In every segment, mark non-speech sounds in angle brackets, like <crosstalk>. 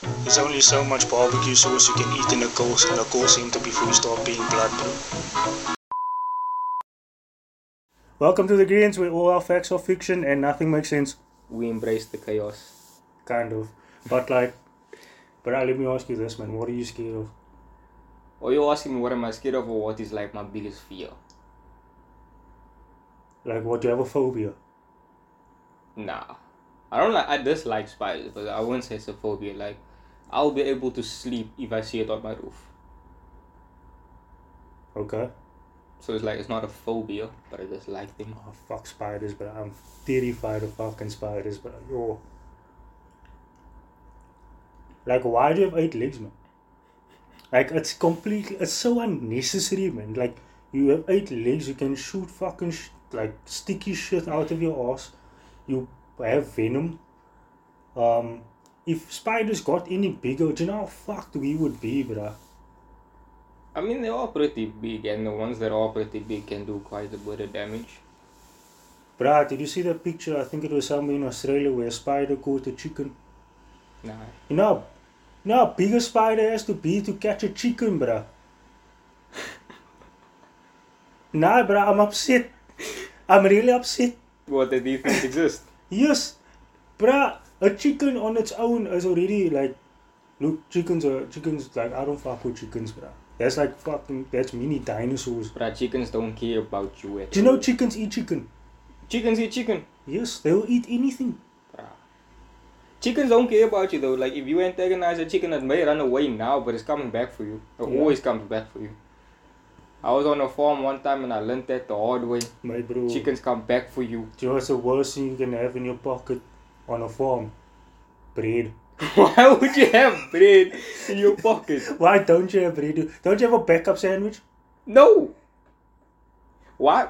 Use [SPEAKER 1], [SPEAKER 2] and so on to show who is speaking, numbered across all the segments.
[SPEAKER 1] There's only so much barbecue sauce you can eat in a course, and a course seemed to be full stop being blood, bro. Welcome to the Greens, where all our facts are fiction and nothing makes sense.
[SPEAKER 2] We embrace the chaos.
[SPEAKER 1] Kind of. But, like, but now let me ask you this, man. What are you scared of?
[SPEAKER 2] Or you're asking what am I scared of or what is like my biggest fear?
[SPEAKER 1] Like, what do you have a phobia?
[SPEAKER 2] Nah. I don't like I dislike spiders, but I wouldn't say it's a phobia. Like I'll be able to sleep if I see it on my roof.
[SPEAKER 1] Okay.
[SPEAKER 2] So it's like it's not a phobia, but I just like them.
[SPEAKER 1] Oh, fuck spiders, but I'm terrified of fucking spiders, but yo. Like, why do you have eight legs, man? Like, it's completely, it's so unnecessary, man. Like, you have eight legs, you can shoot fucking, sh- like, sticky shit out of your ass. You have venom. Um, if spiders got any bigger, do you know how fucked we would be, bruh?
[SPEAKER 2] I mean they are pretty big and the ones that are pretty big can do quite a bit of damage.
[SPEAKER 1] Bruh, did you see that picture? I think it was somewhere in Australia where a spider caught a chicken.
[SPEAKER 2] Nah.
[SPEAKER 1] You know, you know how big a spider has to be to catch a chicken, bruh. <laughs> nah, bruh, I'm upset. I'm really upset.
[SPEAKER 2] What that these things <coughs> exist.
[SPEAKER 1] Yes, bruh, a chicken on its own is already like, look, chickens are chickens. Like, I don't fuck with chickens, bruh. That's like fucking. That's mini dinosaurs.
[SPEAKER 2] But our chickens don't care about you at
[SPEAKER 1] Do you know
[SPEAKER 2] all.
[SPEAKER 1] chickens eat chicken?
[SPEAKER 2] chickens eat chicken.
[SPEAKER 1] Yes, they will eat anything.
[SPEAKER 2] Bruh. Chickens don't care about you though. Like if you antagonize a chicken, it may run away now, but it's coming back for you. It
[SPEAKER 1] Yeah.
[SPEAKER 2] always comes back for you. I was on a farm one time and I learned that the hard way.
[SPEAKER 1] My bro.
[SPEAKER 2] Chickens come back for you. <laughs>
[SPEAKER 1] Do you know what's the worst thing you can have in your pocket on a farm? Bread.
[SPEAKER 2] Why would you have bread in your pocket?
[SPEAKER 1] Why don't you have radio? Don't you have a backup sandwich?
[SPEAKER 2] No. Why?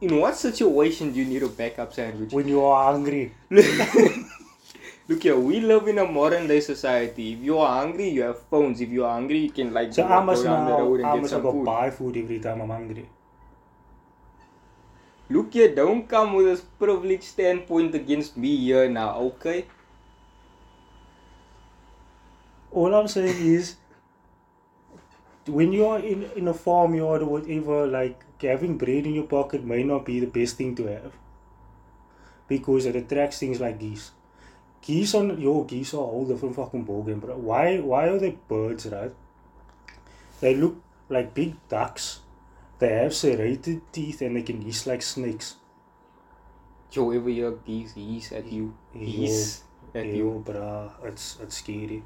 [SPEAKER 2] In what situation do you need a backup sandwich?
[SPEAKER 1] When you are hungry,
[SPEAKER 2] <laughs> Look here, we live in a modern day society. If you are hungry, you have phones. If you are hungry, you can like
[SPEAKER 1] so I
[SPEAKER 2] walk
[SPEAKER 1] must
[SPEAKER 2] around the
[SPEAKER 1] now.
[SPEAKER 2] road and
[SPEAKER 1] I
[SPEAKER 2] get
[SPEAKER 1] must
[SPEAKER 2] some
[SPEAKER 1] go
[SPEAKER 2] food.
[SPEAKER 1] buy food every time I'm hungry.
[SPEAKER 2] Look here, don't come with this privileged standpoint against me here now, okay?
[SPEAKER 1] All I'm saying is, when you are in in a farmyard or whatever, like having bread in your pocket may not be the best thing to have, because it attracts things like geese. Geese on yo geese are a whole different fucking ballgame, bro. Why why are they birds, right? They look like big ducks. They have serrated teeth and they can hiss like snakes.
[SPEAKER 2] Joe, every year geese geese at you. Geese at you.
[SPEAKER 1] Yo, bruh, it's it's scary.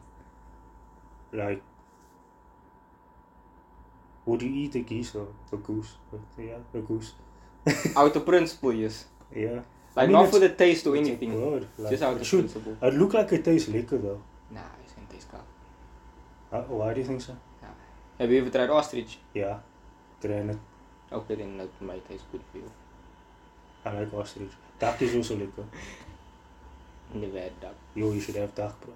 [SPEAKER 1] Like, would you eat a geese or a goose? But yeah, a goose. <laughs>
[SPEAKER 2] Out of principle, yes.
[SPEAKER 1] Yeah.
[SPEAKER 2] Like,
[SPEAKER 1] mean,
[SPEAKER 2] not for
[SPEAKER 1] it's-
[SPEAKER 2] the taste or
[SPEAKER 1] It's a
[SPEAKER 2] anything.
[SPEAKER 1] bird, like,
[SPEAKER 2] Just out
[SPEAKER 1] it
[SPEAKER 2] of
[SPEAKER 1] should.
[SPEAKER 2] principle.
[SPEAKER 1] It look like it tastes liquor though.
[SPEAKER 2] Nah, it doesn't taste good.
[SPEAKER 1] Uh, why do you think so?
[SPEAKER 2] Nah. Have you ever tried ostrich?
[SPEAKER 1] Yeah, granite.
[SPEAKER 2] Okay, then that might taste good for you.
[SPEAKER 1] I like ostrich. Duck is also liquor.
[SPEAKER 2] Never had duck.
[SPEAKER 1] Yo, you should have duck, bro.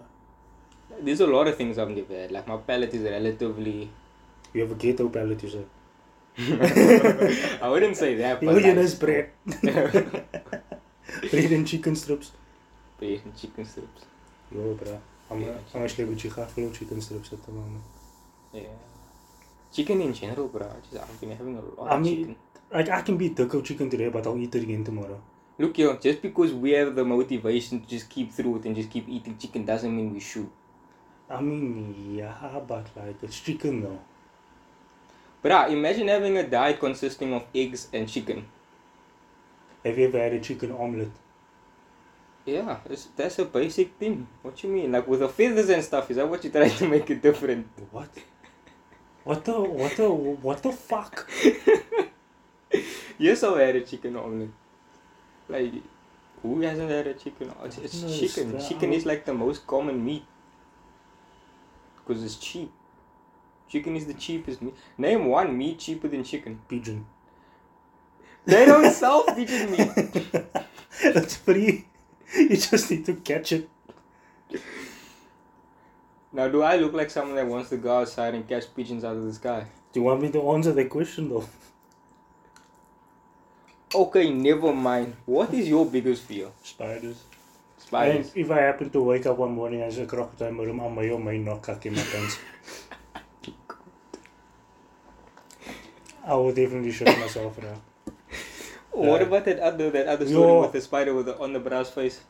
[SPEAKER 2] There's a lot of things I've never had. Like, my palate is relatively. <laughs>
[SPEAKER 1] You have a ghetto palate, you say.
[SPEAKER 2] I wouldn't say that, but.
[SPEAKER 1] Yo, you
[SPEAKER 2] like-
[SPEAKER 1] know,
[SPEAKER 2] <laughs>
[SPEAKER 1] bread. bread and chicken strips.
[SPEAKER 2] Bread and chicken strips.
[SPEAKER 1] Yo, bro. I'm,
[SPEAKER 2] Yeah,
[SPEAKER 1] I'm actually with you. I feel chicken strips at the moment.
[SPEAKER 2] Yeah. Chicken in general, bro. Just, I've been having a lot
[SPEAKER 1] I
[SPEAKER 2] of
[SPEAKER 1] mean-
[SPEAKER 2] chicken.
[SPEAKER 1] Like I can be duck of chicken today, but I'll eat it again tomorrow.
[SPEAKER 2] Look here, just because we have the motivation to just keep through it and just keep eating chicken doesn't mean we should.
[SPEAKER 1] I mean, yeah, but like it's chicken though.
[SPEAKER 2] But ah, imagine having a diet consisting of eggs and chicken.
[SPEAKER 1] Have you ever had a chicken omelet?
[SPEAKER 2] Yeah, it's, that's a basic thing. What you mean? Like with the feathers and stuff, is that what you try to make it different? <laughs>
[SPEAKER 1] What? What the what the what the fuck?
[SPEAKER 2] Yes, I've had a chicken omelet. Like, who hasn't had a chicken? o- It's, it's
[SPEAKER 1] No, it's
[SPEAKER 2] chicken.
[SPEAKER 1] the-
[SPEAKER 2] Chicken is like the most common meat. Because it's cheap. Chicken is the cheapest meat. Name one meat cheaper than chicken.
[SPEAKER 1] Pigeon.
[SPEAKER 2] They don't <laughs> sell pigeon meat.
[SPEAKER 1] <laughs> That's free. You just need to catch it.
[SPEAKER 2] Now, do I look like someone that wants to go outside and catch pigeons out of the sky?
[SPEAKER 1] Do you want me to answer the question though?
[SPEAKER 2] Okay, never mind. What is your biggest fear?
[SPEAKER 1] Spiders. And
[SPEAKER 2] Spiders.
[SPEAKER 1] if I happen to wake up one morning as a crocodile, Murum, I may or may not cuck in my pants. I will definitely shoot myself now.
[SPEAKER 2] What
[SPEAKER 1] Yeah.
[SPEAKER 2] about that other that other story
[SPEAKER 1] Yo.
[SPEAKER 2] with the spider with the, on the brass face?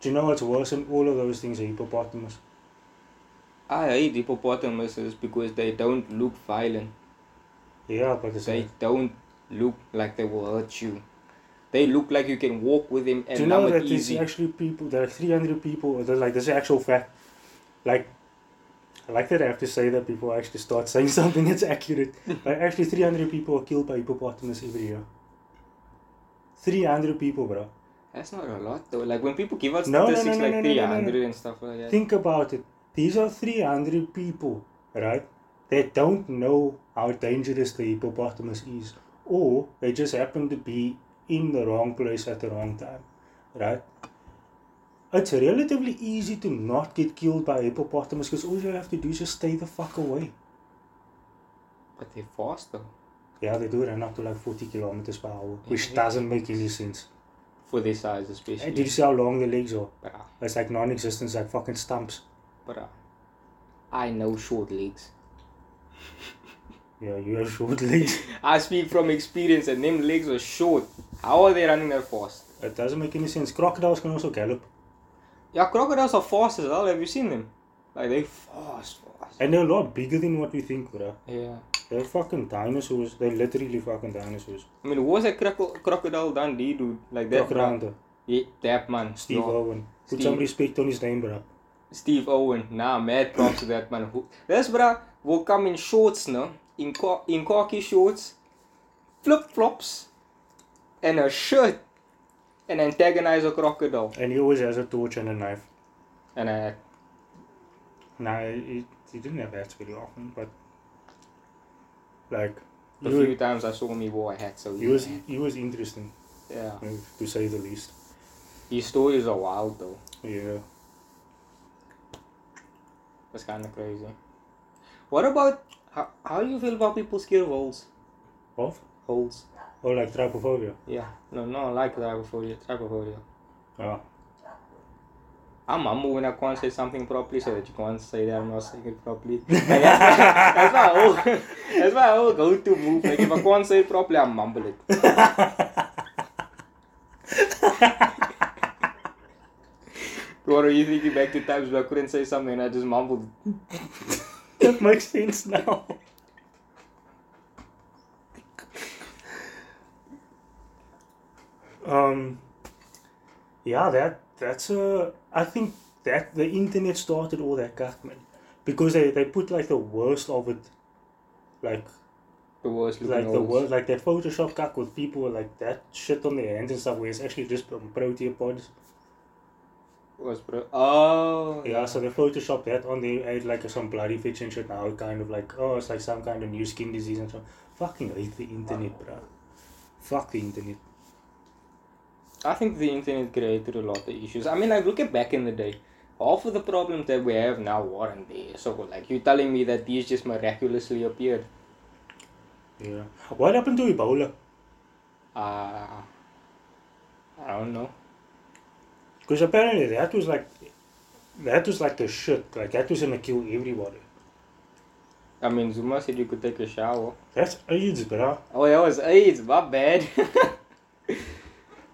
[SPEAKER 1] Do you know what's worse than all of those things? A hippopotamus.
[SPEAKER 2] I hate hippopotamuses because they don't look violent.
[SPEAKER 1] Yeah, but it's
[SPEAKER 2] They
[SPEAKER 1] like,
[SPEAKER 2] don't look like they will hurt you. They look like you can walk with them and
[SPEAKER 1] do you know
[SPEAKER 2] numb
[SPEAKER 1] that
[SPEAKER 2] it
[SPEAKER 1] there's
[SPEAKER 2] easy.
[SPEAKER 1] actually people, there are 300 people, there's like, this is actual fact. Like, I like that I have to say that before I actually start <laughs> saying something that's accurate. like, actually, 300 people are killed by hippopotamus every year. 300 people, bro.
[SPEAKER 2] That's not a lot though. Like when people give out
[SPEAKER 1] No, no, no,
[SPEAKER 2] statistics
[SPEAKER 1] no,
[SPEAKER 2] like
[SPEAKER 1] no, no, no, no, no.
[SPEAKER 2] 300 and stuff like that.
[SPEAKER 1] Think about it. These are 300 people, right? They don't know how dangerous the hippopotamus is, or they just happen to be in the wrong place at the wrong time, right? It's relatively easy to not get killed by hippopotamus because all you have to do is just stay the fuck away.
[SPEAKER 2] But they're fast though.
[SPEAKER 1] Yeah, they do run up to like 40 kilometers per hour, which
[SPEAKER 2] Yeah.
[SPEAKER 1] doesn't make any sense.
[SPEAKER 2] For their size
[SPEAKER 1] Hey,
[SPEAKER 2] especially. ah.
[SPEAKER 1] Did you see how long the legs are?
[SPEAKER 2] Bruh,
[SPEAKER 1] It's like non existent, like fucking stumps.
[SPEAKER 2] bruh. I know short legs.
[SPEAKER 1] Yeah, you have short <laughs> legs.
[SPEAKER 2] I speak from experience and them legs are short. How are they running that fast?
[SPEAKER 1] It doesn't make any sense. Crocodiles can also gallop.
[SPEAKER 2] Yeah, crocodiles are fast as hell. Have you seen them? Like they fast, fast.
[SPEAKER 1] And they're a lot bigger than what we think, bro.
[SPEAKER 2] Yeah.
[SPEAKER 1] They're fucking dinosaurs. They're literally fucking dinosaurs.
[SPEAKER 2] I mean, what's that croco- crocodile Dundee dude? Like that.
[SPEAKER 1] Crocodile.
[SPEAKER 2] bruh. Yeah, that man.
[SPEAKER 1] Steve
[SPEAKER 2] No.
[SPEAKER 1] Owen. Put
[SPEAKER 2] Steve.
[SPEAKER 1] some respect on his name, bro.
[SPEAKER 2] Steve Owen. Nah, mad props to that man. Who- This bruh will come in shorts, no? In, co- in khaki shorts, flip flops, and a shirt, and antagonize a crocodile.
[SPEAKER 1] And he always has a torch and a knife.
[SPEAKER 2] And a
[SPEAKER 1] Now, he, he didn't have hats very often, but. Like.
[SPEAKER 2] The
[SPEAKER 1] He
[SPEAKER 2] few
[SPEAKER 1] was,
[SPEAKER 2] times I saw him, he wore a hat, so
[SPEAKER 1] he, was, he was interesting,
[SPEAKER 2] yeah.
[SPEAKER 1] you know, to say the least.
[SPEAKER 2] His stories are wild though.
[SPEAKER 1] Yeah.
[SPEAKER 2] That's kind of crazy. What about how, how do you feel about people scared of holes?
[SPEAKER 1] Of?
[SPEAKER 2] Holes.
[SPEAKER 1] Or like trypophobia.
[SPEAKER 2] Yeah. No, no, I like trypophobia. Trypophobia.
[SPEAKER 1] Yeah.
[SPEAKER 2] I'm humble when I can't say something properly, so that you can't say that I'm not saying
[SPEAKER 1] <laughs>
[SPEAKER 2] it properly. Like, that's, my, that's my whole. That's my whole go-to move. Like if I can't say it properly, I mumble
[SPEAKER 1] <laughs>
[SPEAKER 2] it. What are you thinking back to times where I couldn't say something and I just mumbled?
[SPEAKER 1] that makes sense now. um, yeah, that that's a. I think that the internet started all that cuck, man, because they, they put like the worst of it, like
[SPEAKER 2] The worst looking
[SPEAKER 1] like the
[SPEAKER 2] holes.
[SPEAKER 1] worst like they Photoshop cuck with people like that shit on their hands and stuff, where it's actually just um, proteopods.
[SPEAKER 2] Was pro- oh.
[SPEAKER 1] Yeah, so they Photoshop that on there, add like some bloody fiction shit now, kind of like, oh, it's like some kind of new skin disease and so. Fucking hate the internet, bro. Fuck the internet.
[SPEAKER 2] I think the internet created a lot of issues. I mean, like, look at back in the day. Half of the problems that we have now weren't there. So, like, you're telling me that these just miraculously appeared.
[SPEAKER 1] Yeah. What happened to Ebola?
[SPEAKER 2] Uh, I don't know.
[SPEAKER 1] Because apparently that was like, that was like the shit. Like that was gonna kill everybody.
[SPEAKER 2] I mean, Zuma said you could take a shower.
[SPEAKER 1] That's AIDS, bro.
[SPEAKER 2] Oh, that was AIDS. My bad. <laughs>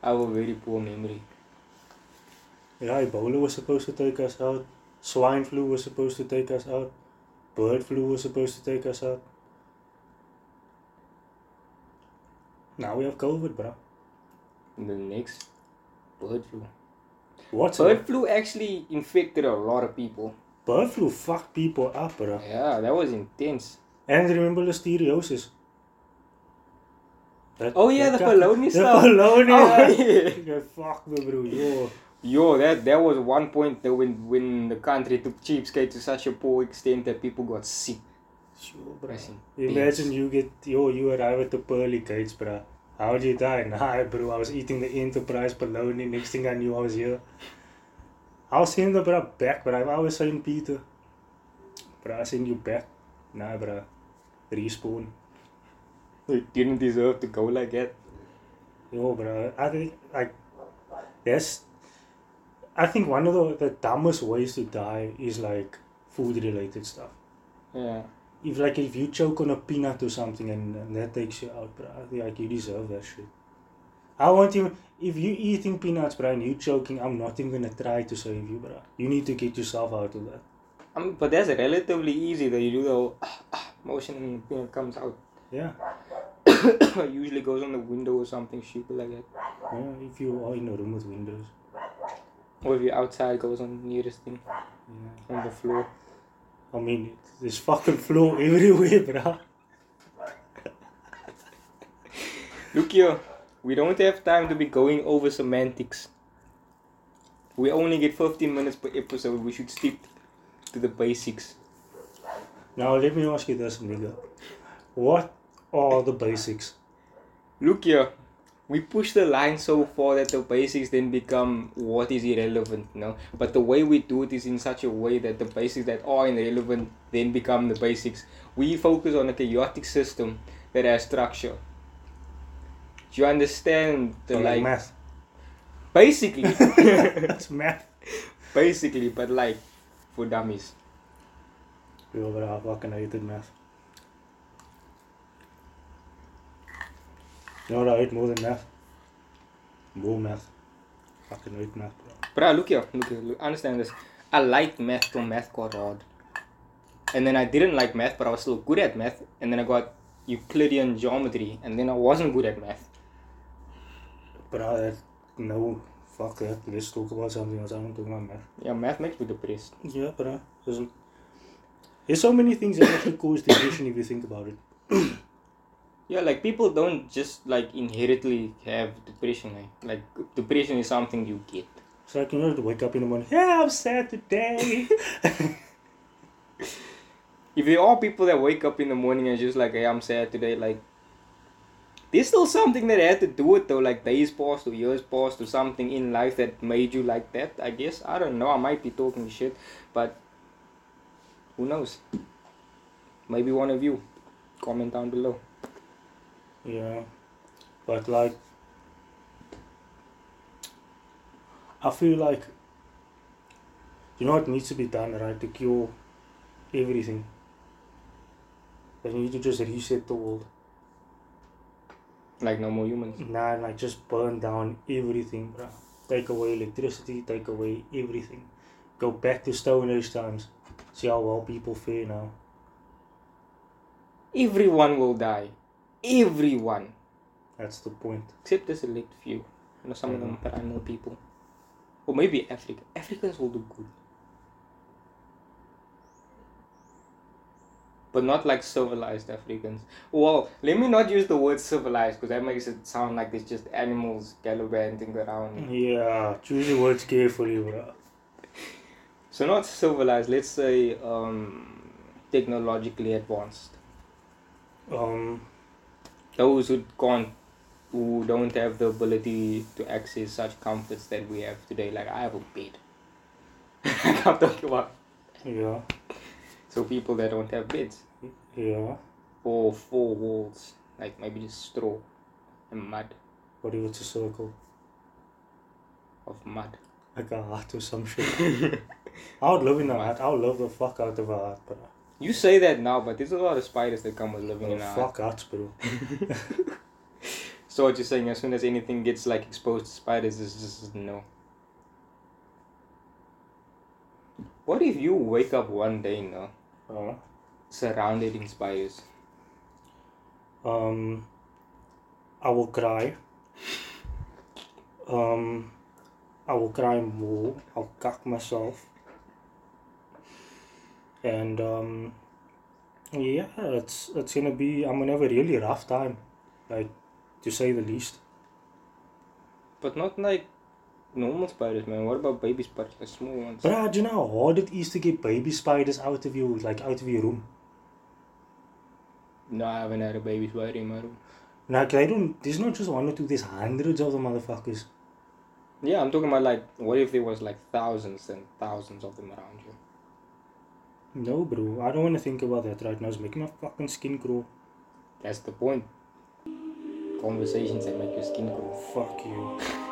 [SPEAKER 2] I have a very poor memory.
[SPEAKER 1] Yeah, Ebola was supposed to take us out. Swine flu was supposed to take us out. Bird flu was supposed to take us out. Now we have COVID, bro.
[SPEAKER 2] And the next, bird flu.
[SPEAKER 1] What's up?
[SPEAKER 2] Bird flu actually infected a lot of people.
[SPEAKER 1] Bird flu fucked people up, bro.
[SPEAKER 2] Yeah, that was intense.
[SPEAKER 1] And remember listeriosis. That,
[SPEAKER 2] Oh, yeah, the
[SPEAKER 1] cuck-
[SPEAKER 2] Polonius
[SPEAKER 1] The
[SPEAKER 2] stuff. Oh,
[SPEAKER 1] Polonia. <laughs>
[SPEAKER 2] yeah.
[SPEAKER 1] Yeah, fuck me, bro. Yo.
[SPEAKER 2] Yo, that there was one point that when when the country took cheapskate to such a poor extent that people got sick.
[SPEAKER 1] Yo, bro.
[SPEAKER 2] Pressing
[SPEAKER 1] Imagine you get, yo, you arrive at the pearly gates, bro. How would you die? Nah, bro, I was eating the Enterprise Polonia. Next thing I knew, I was here. I'll send the bro back, bro. I was saying, Peter, bro, I send you back. Nah, bro. Respawn.
[SPEAKER 2] You didn't deserve to go like that.
[SPEAKER 1] uh, Yo, bro, I think like that's I think one of the, the dumbest ways to die is like food related stuff.
[SPEAKER 2] Yeah.
[SPEAKER 1] If like if you choke on a peanut or something and, and that takes you out, bro, I think, like you deserve that shit. I want you if you eating peanuts, bro, and you choking, I'm not even gonna try to save you, bro. You need to get yourself out of that.
[SPEAKER 2] I mean, Um, but that's relatively easy that you do the whole ah, motion and the peanut comes out. <coughs>
[SPEAKER 1] Yeah.
[SPEAKER 2] Usually goes on the window or something stupid like that.
[SPEAKER 1] yeah if you are in a room with windows.
[SPEAKER 2] Or if you're outside, goes on the nearest thing
[SPEAKER 1] Yeah.
[SPEAKER 2] on the floor.
[SPEAKER 1] I mean there's fucking floor <laughs> everywhere, bro.
[SPEAKER 2] Look here, we don't have time to be going over semantics. We only get 15 minutes per episode. We should stick to the basics.
[SPEAKER 1] Now let me ask you this, nigga. What are the basics?
[SPEAKER 2] Look here, we push the line so far that the basics then become what is irrelevant, you know. But the way we do it is in such a way that the basics that are irrelevant then become the basics. We focus on a chaotic system that has structure. Do you understand the
[SPEAKER 1] So,
[SPEAKER 2] like,
[SPEAKER 1] math. <laughs>
[SPEAKER 2] basically <laughs>
[SPEAKER 1] That's math.
[SPEAKER 2] basically but like for dummies.
[SPEAKER 1] Yo, bro, I fucking hated math. You know what I hate more than math? More math. Fucking hate math, bro.
[SPEAKER 2] But uh, look here, look here, look, understand this. I liked math till math got hard. And then I didn't like math, but I was still good at math. And then I got Euclidean geometry, and then I wasn't good at math.
[SPEAKER 1] Bro, that, no, fuck that. Let's talk about something else. I don't talk about math.
[SPEAKER 2] Yeah, math makes me depressed.
[SPEAKER 1] Yeah, bro. Doesn't. There's so many things that actually cause depression if you think about it.
[SPEAKER 2] Yeah, like people don't just like inherently have depression. eh? Like, depression is something you get.
[SPEAKER 1] It's like, you know, to wake up in the morning, yeah, I'm sad today.
[SPEAKER 2] If there are people that wake up in the morning and just like, hey, I'm sad today, like, there's still something that had to do with though, like days passed or years passed or something in life that made you like that. I guess I don't know. I might be talking shit, but who knows? Maybe one of you. Comment down below.
[SPEAKER 1] Yeah, but like, I feel like, you know what needs to be done, right? To cure everything. They need to just reset the world.
[SPEAKER 2] Like no more humans.
[SPEAKER 1] Nah, like just burn down everything, bruh. Take away electricity, take away everything. Go back to Stone Age times. See how well people fare now.
[SPEAKER 2] Everyone will die. Everyone
[SPEAKER 1] That's the point.
[SPEAKER 2] except the select few. You know, some of them primal people, or maybe Africa. Africans will do good, but not like civilized Africans. Well, let me not use the word civilized because that makes it sound like it's just animals gallivanting
[SPEAKER 1] Mm-hmm.
[SPEAKER 2] around.
[SPEAKER 1] Yeah, choose your words carefully, bruh.
[SPEAKER 2] So not civilized. Let's say um, technologically advanced.
[SPEAKER 1] Um,
[SPEAKER 2] those who can't who don't have the ability to access such comforts that we have today like i have a bed <laughs> i'm talking about
[SPEAKER 1] yeah,
[SPEAKER 2] so people that don't have beds
[SPEAKER 1] yeah.
[SPEAKER 2] or four walls like maybe just straw and mud
[SPEAKER 1] What if it's a circle?
[SPEAKER 2] of mud
[SPEAKER 1] Like a heart or some shit. I would live in a hut. I would love the fuck out of a hut, bro.
[SPEAKER 2] you say that now but there's a lot of spiders that come with living in
[SPEAKER 1] The
[SPEAKER 2] our
[SPEAKER 1] fuck huts, bro.
[SPEAKER 2] so what you're saying as soon as anything gets like exposed to spiders it's just no what if you wake up one day no
[SPEAKER 1] Uh,
[SPEAKER 2] surrounded in spiders
[SPEAKER 1] um, I will cry. Um, I will cry more. I'll cuck myself. And um, yeah, it's it's gonna be. I'm gonna have a really rough time, like to say the least.
[SPEAKER 2] But not like normal spiders, man. What about baby spiders, like small ones?
[SPEAKER 1] Bruh, do you know how hard it is to get baby spiders out of you, like out of your room?
[SPEAKER 2] No, I haven't had a baby spider in my room.
[SPEAKER 1] Like I don't. There's not just one or two. There's hundreds of the motherfuckers.
[SPEAKER 2] Yeah, I'm talking about like, what if there was like thousands and thousands of them around you?
[SPEAKER 1] No, bro. I don't want to think about that right now. It's making my fucking skin crawl.
[SPEAKER 2] That's the point. Conversations that make your skin grow.
[SPEAKER 1] Fuck you.